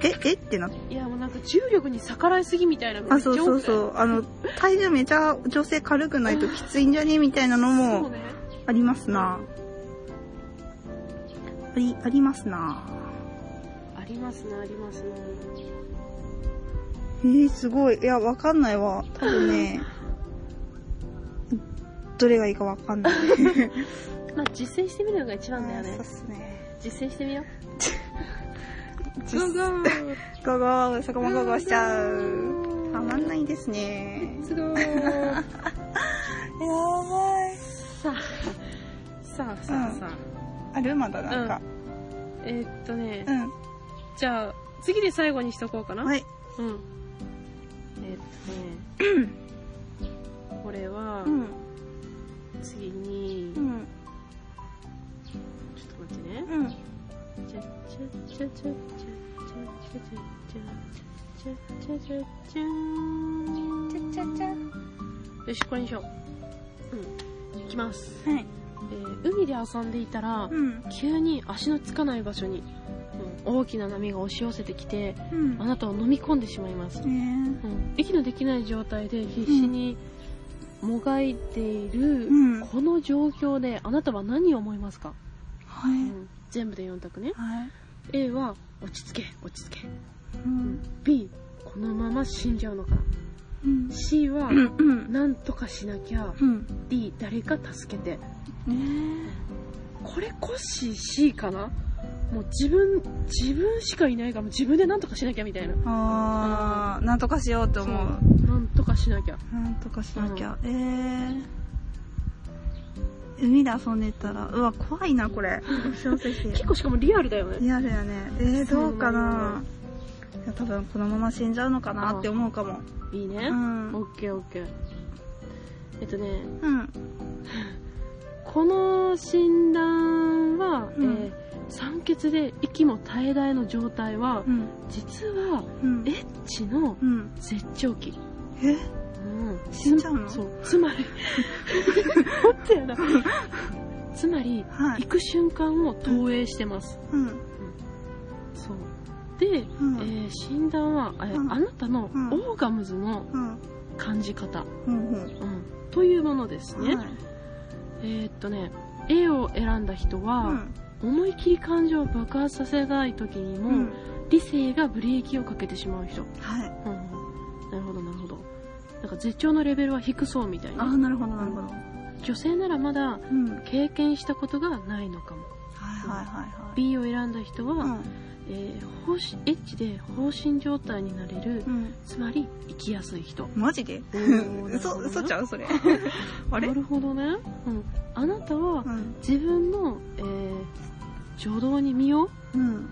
B: え、えってなっ
A: いやもうなんか重力に逆らいすぎみたいな。
B: あ、そうそうそうう。あの、体重めちゃ女性軽くないときついんじゃねみたいなの
A: そう
B: も
A: ね。
B: ありますな。あり、ありますな。
A: ありますね、ありますね。
B: えー、すごい。いや、わかんないわ。多 分ね、どれがいいかわかんない。
A: まあ実践してみるのが一番だよね
B: そうっ。すね。
A: 実践してみよう。
B: 実
A: ゴーゴー
B: ゴーゴー、そこもゴーゴーしちゃう。たまんないですね。
A: すごーい。
B: やばい。
A: さあ、さあさあさあ。
B: あるまだなんか。
A: えーっとね
B: う、ん。じゃあ、
A: 次で最後にしとこうかな。
B: はい。
A: うん。えーっとね、これは
B: う、ん。
A: 次に
B: う、ん。
A: ちょっと待ってね。
B: うん。
A: ちゃちゃちゃちゃちゃちゃちゃちゃちゃちゃちゃちゃちゃん
B: ちゃちゃちゃ。
A: よし、これにしよう。うん。いきます。
B: はい。
A: えー海で遊んでいたら、
B: うん。
A: 急に足のつかない場所に、うん大きな波が押し寄せてきて
B: うん
A: あ。なたを飲み込んでしまいます、
B: ね
A: うん、息のできない状態で必死にもがいている、
B: うん
A: この状況であなたは何を思いますか、
B: は
A: う
B: い。
A: ん全部で4択ね
B: はい。
A: A は落ち着け落ち着け
B: うん。
A: B このまま死んじゃうのか
B: うん
A: な。C は
B: うん。
A: なんとかしなきゃ
B: うん。
A: D 誰か助けて
B: ね
A: これコッシー C かなもう自分自分しかいないからもう自分でなんとかしなきゃみたいな
B: あー、なんとかしようと思う。
A: なんとかしなきゃ。
B: なんとかしなきゃ。えー。海で遊んでたら、うわ、怖いな、これ。幸せして。
A: 結構しかもリアルだよね。
B: リアルやね。えー、どうかな。いや多分このまま死んじゃうのかなって思うかも。
A: いいうね。
B: ん。う
A: オッケーオッケー。えっとね、
B: ん。
A: この診断は、
B: うん
A: えー酸欠で息も絶え絶えの状態は
B: う、ん。
A: 実は、
B: うん
A: エ。ッチの
B: うん。
A: 絶頂期。
B: え
A: うん。
B: 死んじゃうの
A: そう。つまり、 待ってよな。つまり、
B: は
A: 行
B: い。
A: く瞬間を投影してます。
B: うん。
A: そう。で、
B: うん。
A: えー診断は、えー
B: うん
A: あなたの
B: うん
A: オーガムズの
B: うん。
A: 感じ方、
B: うん。
A: うん、というものです
B: うん。
A: ね、
B: はい
A: えーっとね A を選んだ人
B: う
A: は、
B: ん。
A: 思い切り感情を爆発させない時にも、
B: うん。
A: 理性がブレーキをかけてしまう人、うん
B: はい。
A: うん、なるほどなるほどなんか絶頂のレベルは低そうみたい
B: あ
A: な
B: あ、なるほど、なるほど。
A: 女性ならまだ
B: うん。はい
A: 経験したことがないのかも
B: はいはいはい。
A: B を選んだ人は、
B: うん。
A: えー方針エッチで放心状態になれる
B: うん。
A: つまり生きやすい人
B: マジで
A: おー
B: 嘘、嘘ちゃうそ れ。あれ
A: なるほどね、うん、あなたは
B: うん。
A: 自分の、えー、助動に身を
B: うん。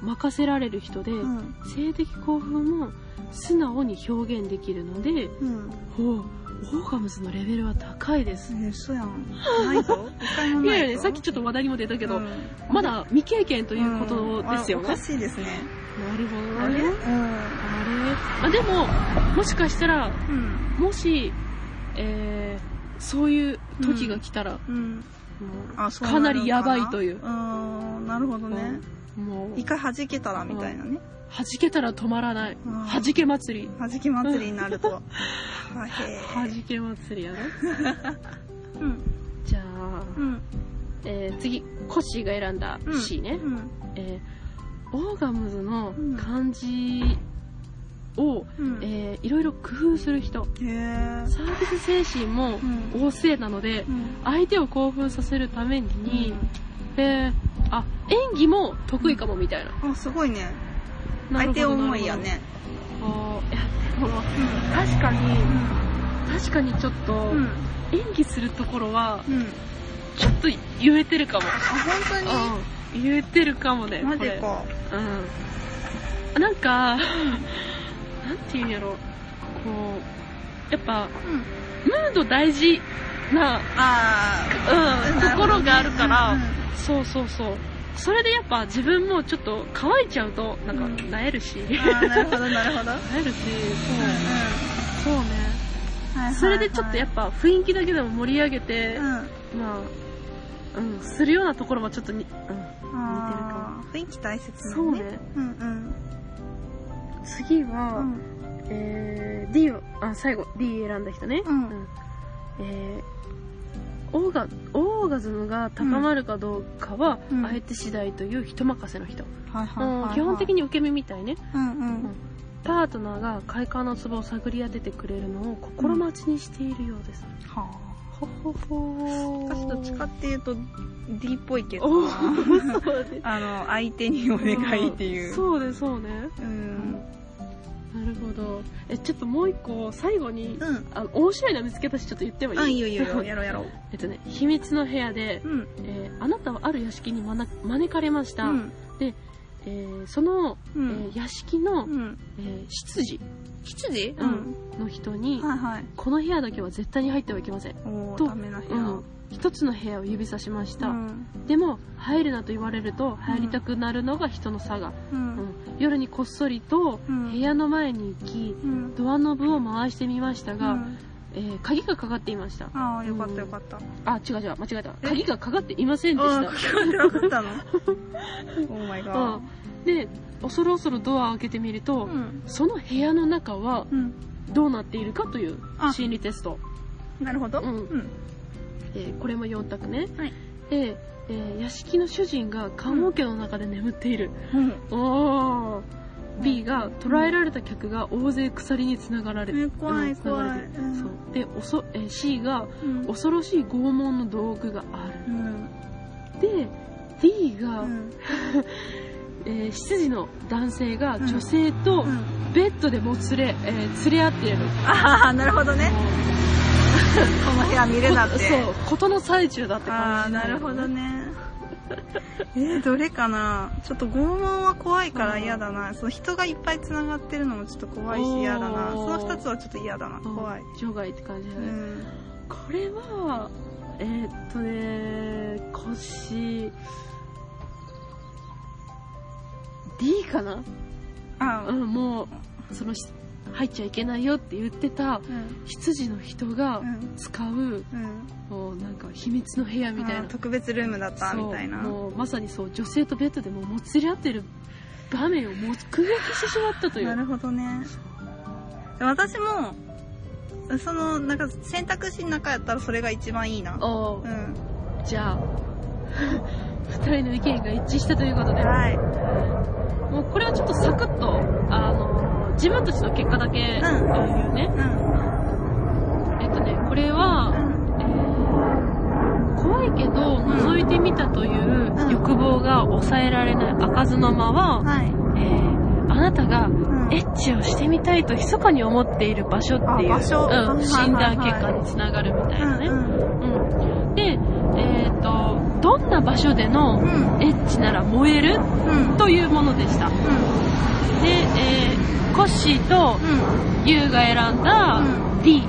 A: 任せられる人で、
B: うん。
A: 性的興奮も素直に表現できるので
B: うん。
A: ほうオーガムズのレベルは高いです、
B: え、嘘やん。ないぞ。一回も
A: い
B: ないぞ。
A: やいやねさっきちょっと話題にも出たけど、
B: うん、
A: まだ未経験と
B: と
A: いうことですよ
B: お
A: ね、
B: かしいですね。
A: なるほどね
B: あれうん。
A: あれあでももしかしたら
B: うん。
A: もし、えー、そういう時が来たら、
B: う
A: も
B: ん。
A: う
B: あそう
A: かなりやばいという
B: うーんなるほどね、
A: もう
B: 一回弾けたらみたいなね。
A: 弾けたら止まらない
B: うん
A: 弾け祭り
B: 弾き祭りになる と。は
A: 弾
B: へ
A: け祭りやな
B: ーうん。
A: じゃあ、
B: うん。
A: えー次コッシーが選んだ
B: うん
A: C ね、
B: うん。
A: えーオーガムズの
B: うん
A: 漢字を、
B: うん。へ
A: えーいろいろ工夫する人
B: ー
A: サービス精神も
B: うん
A: 旺盛なので
B: うん
A: 相手を興奮させるために、えーあ演技も得意かもみたいな,、
B: あ、すごいね。
A: なる
B: 相
A: ほど
B: 手思いやね。
A: なるほどあーいやでも
B: う
A: 確かに
B: ん。
A: 確かにちょっと、
B: うん。
A: 演技するところは
B: うん。
A: ちょっと言えてるかも、
B: あ、本当
A: うん、言えてるかもね
B: にマジか。
A: これうんなんかなんていうんやろこうやっぱ
B: うん。
A: ムード大事な、
B: あ
A: う
B: ー
A: ん、ところがあるから、
B: うんうん
A: そうそうそうそれでやっぱ自分もちょっと乾いちゃうとなんか
B: うん
A: なえるし、な
B: あー、なるほど、なる ほど。
A: えるし
B: う
A: そ
B: ん
A: うそうね
B: うん
A: それでちょっとやっ
B: ぱ、
A: ぱ雰囲気だけでも盛り上げて、
B: うん。
A: まあ、うん、するようなところもちょっとに、うん、
B: あー雰囲気大切だね。
A: そう。ね。
B: うんうん。
A: 次
B: う
A: は、
B: ん。
A: えー、D を、あ、最後、D 選んだ人ね。
B: うん
A: えー、オーガ、オーガズムが高まるかどうかは、
B: うん
A: 相手次第という人任せの人。
B: はいはいはいはい。
A: 基本的
B: に。
A: に受け身みたいね。
B: うんうん。
A: パートナーが快感のツボを探り当ててくれるのを心待ちにしているようです。
B: はあ。
A: ほほほー。
B: 私どっちかっていうと D っぽいけど
A: お
B: な。
A: ー、そうね
B: あの相手にお願いっていう
A: そうね、そうね。
B: うん
A: なるほど。え、ちょっともう一個、最後に、
B: うん
A: あの、面白いの見つけたし、ちょっと言ってもいい
B: あいいよいいよやろうやろう
A: えっとね、秘密の部屋で、
B: うん
A: えーあなたはある屋敷にまな招かれまし
B: う
A: た。
B: ん
A: えーその、
B: う
A: え
B: ん
A: ー屋敷の、
B: うん
A: えー執事
B: 羊う
A: うんの人に、
B: はいはい
A: この部屋だけは絶対に入ってはいけません。
B: おー
A: と
B: ダメな部
A: う
B: 屋
A: ん。一つの部屋を指さしまし
B: う
A: た。
B: ん
A: でも、入るなと言われると、入りたくなるのが人の差が。
B: う
A: うんん夜にこっそりと、
B: うん
A: 部屋の前に行き、
B: うん
A: ドアノブを回してみましたが、
B: うん
A: えー鍵がかかっていました。
B: ああよかったよかった
A: あ、違う違う、間違えた。
B: え
A: 鍵がかかっていませんで
B: あ
A: し
B: あかかってなかったの オーマイ
A: た。う
B: ガ
A: ん。で、恐る恐るドアを開けてみる
B: ー
A: と、
B: うん
A: その部屋の中は
B: うん
A: どうなっているかという
B: あ
A: 心理テスト。
B: なるほど
A: う
B: うんん
A: えーこれも4択ね。
B: はい
A: で、えー屋敷の主人が棺桶の中で眠っている。
B: うん
A: おー。B が捕らえられた客が大勢鎖につながられ
B: えー怖い
A: うん繋がれてる
B: 怖いうん
A: そうでおそ、えー C が
B: うん
A: 恐ろしい拷問の道具がある
B: うん
A: で D が、
B: うん
A: えー執事の男性が女性と
B: うん
A: ベッドでもつれ、えー連れ合っている、
B: ああなるほどねこの部屋見るなって
A: そうことの最中だって
B: ああ
A: 感じ
B: なるほどね えー、どれかなちょっと拷問は怖いから嫌だな、その人がいっぱいつながってるのもちょっと怖いし嫌だな
A: お
B: そ
A: ー
B: の2つはちょっと嫌だな
A: うん
B: 怖い、
A: 除外って感じだ
B: う
A: ね、
B: ん、
A: これはえーっとねコッシー D かな、
B: あ
A: うん、もうそのし入っちゃいけないよって言ってた
B: うん
A: 羊の人が
B: うん
A: 使う、
B: うん
A: もうなんか秘密の部屋みたい
B: あー
A: な
B: 特別ルームだった
A: そう
B: みたいな
A: もうまさにそう女性とベッドでもうもつれ合ってる場面を目撃してしまったという
B: なるほどね私もそのなんか選択肢の中やったらそれが一番いいな
A: おう
B: うん
A: じゃあ 二人の意見が一致したということで
B: はい
A: もうこれはちょっとサクッとあの自分たちの結果だけ言うね、
B: うん
A: えっとねこれは、
B: うん
A: えー怖いけど覗いてみたという欲望が抑えられない開かずの間は、
B: はい、
A: えーあなたが
B: うん
A: エッチをしてみたいと密かに思っている場所っていう
B: あ場所
A: うん、診断結果につながるみたいなね、うんで、えっとどんな場所で
B: うんう
A: の
B: ん
A: エッチなら燃える
B: うん
A: というものでしたで、
B: う
A: えーコッシーと
B: んうん
A: ユウが選んだ
B: う
A: D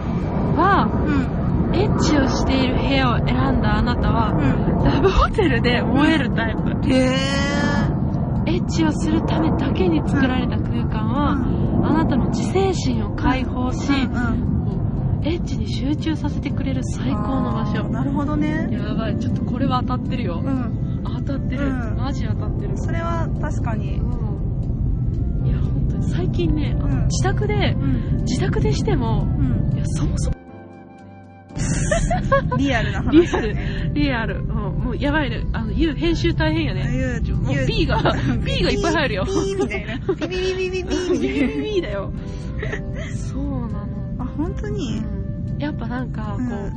A: は
B: うん
A: エッチをしている部屋を選んだあなたは
B: う
A: ラブホテルで燃えるタイプ
B: ん。へ
A: エッチをするためだけに作られた空間
B: う
A: は
B: ん
A: あなたの自制心を解放し、
B: うん。
A: エッチに集中させてくれる最高の場所
B: なるほどね。
A: やばいちょっとこれは当たってるよ
B: うん。
A: 当当たってる、
B: うん
A: マジ当たってる
B: それは確かに
A: うんいや本当に最近ね、あの
B: うん
A: 自宅で
B: うん
A: 自宅でしても
B: うん
A: いやそもそも
B: リアルな話だね
A: リアル、うん、もうやばいねあの言う編集大変やね
B: ゆう
A: もう
B: ゆう
A: P が P がいっぱい入るよ
B: ピーみたいなビビビビ
A: ビ
B: ビビみた
A: ビ
B: いな
A: ビビだよそうなの、
B: あ本当に
A: うんやっぱなんかこう、
B: うん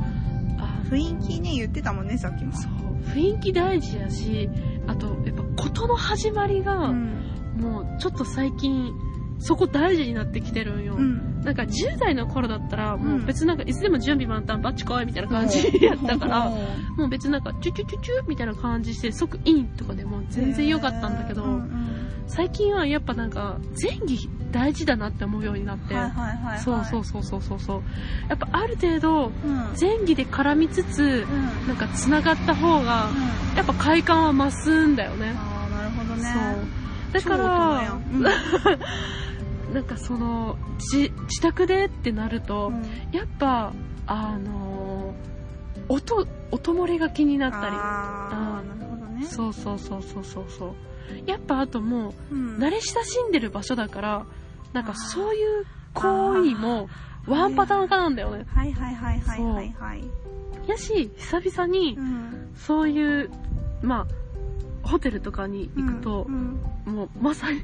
A: あ
B: 雰囲気ね言ってたもんねさっきも
A: そう雰囲気大事やしあとやっぱ事の始まりが、
B: うん
A: もうちょっと最近そこ大事になってきてるんよ、
B: うん
A: なんか10代の頃だったらもううん別になんかいつでも準備満タンバッチ来いみたいな感じやったから、もう別になんかチュチュチュチュみたいな感じして即インとかでも全然良かったんだけど、
B: ううん
A: 最近はやっぱなんか前儀大事だなって思うようになって、
B: はいはいはいはい
A: そうそうそうそうそうそうやっぱある程度
B: うん
A: 前儀で絡みつつ
B: うん
A: なんか繋がった方がやっぱ快感は増すんだよね
B: ああなるほどね
A: そうだか
B: 超
A: ら
B: 大人や
A: なんかそのじ自宅でってなると、
B: うん
A: やっぱあのー音音漏れが気になったう
B: あー
A: ん
B: なるほどね
A: りそうそうそうそうそうそうやっぱあとも
B: うん
A: う慣れ親しんでる場所だからなんかそういう行為もワンパターン化なんだよね
B: はいはいはいはいはいはい
A: やし久々に
B: うん
A: そういうまあホテルとかに行くと
B: う、ん
A: もうまさに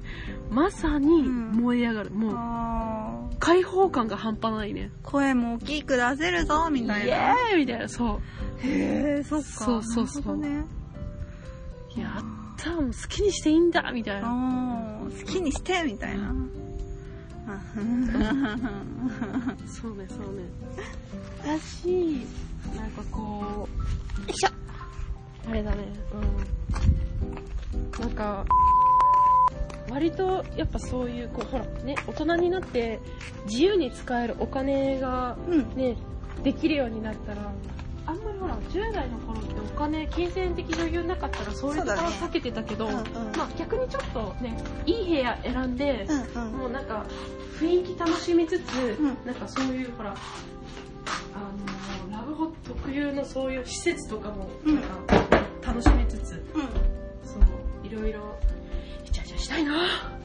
A: まさに燃え上がる、
B: うん
A: もう
B: あー
A: 開放感が半端ないね
B: 声も大きく出せるぞみたい
A: イエ
B: な
A: ーイみたいなそ
B: へえそっか
A: そうそうそう
B: なるほどね
A: ういや多分好きにしていいんだみたいな
B: あー好きにしてみたいなあうん
A: そうね、そうね。だし、なんかこう、
B: いしょ
A: あれだね、うん。なんか、割とやっぱそういう、こう、ほら、ね、大人になって自由に使えるお金が
B: うん
A: ね、できるようになったら、あんまりほら、10代の頃ってお金、金銭的余裕なかったらそういう
B: そ
A: と
B: う
A: ころ
B: だね
A: 避けてたけど、
B: うんうん
A: まあ逆にちょっとね、いい部屋選んで、
B: うんうん
A: もうなんか雰囲気楽しみつつ、
B: ん
A: なんかそういうほらあのーラブホ特有のそういう施設とかも
B: うん
A: なんか楽しみつつ、
B: うん
A: そのいろいろイチャイチャしたいな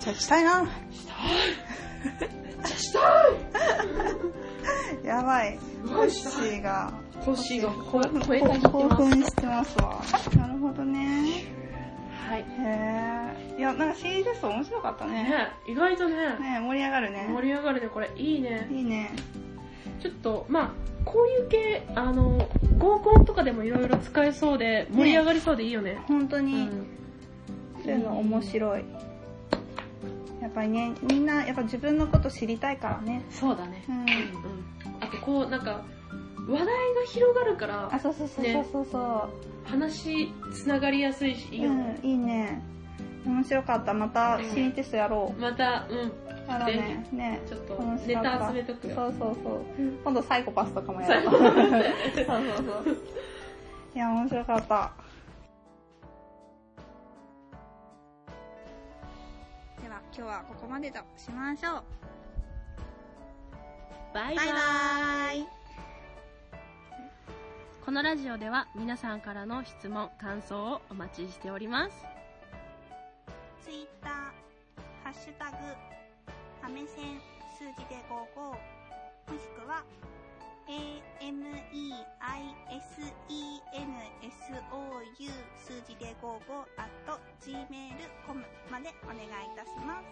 B: じゃあしたいな
A: したいめっちゃしたい
B: やばい
A: すごいしたい
B: ーが
A: 星がほ吠えたりして
B: 興
A: ます
B: 奮してますわなるほどね
A: はい
B: へえいやなんかシリーズ面白かったね
A: ね意外とね
B: ね盛り上がるね
A: 盛り上がるねこれいいね
B: いいね
A: ちょっとまあこういう系あの合コンとかでもいろいろ使えそうで盛り上がりそうでいいよね
B: 本当に、
A: うん
B: そういうの面白いやっぱりねみんなやっぱ自分のこと知りたいからね
A: そうだね
B: う。
A: う
B: ん
A: ん。あとこう、なんか、話題が広がるか
B: あ
A: ら、
B: そうそうそう
A: ね
B: そうそうそ
A: 話つながりやすいし、
B: う
A: いいよね。
B: うん、いいね面白かったまた心理テストやろう、
A: また、うん、
B: やろうねね
A: ちょっと
B: 面
A: ネ
B: 白かった
A: タ集めとくよ。
B: そうそうそう
A: うん
B: 今度サイコパスとかもや
A: 最
B: ろ
A: 後
B: うそうそうそういや面白かったでは今日はここまでとしましょう
A: バイ
B: バイバ
A: バイ。
B: イ
A: このラジオでは皆さんからの質問、感想をお待ちしております。
B: ツイッター、ハッシュタグ、ハメセン、数字で55、もしくは、ameisen,sou, 数字で55、at gmail.com までお願いいたします。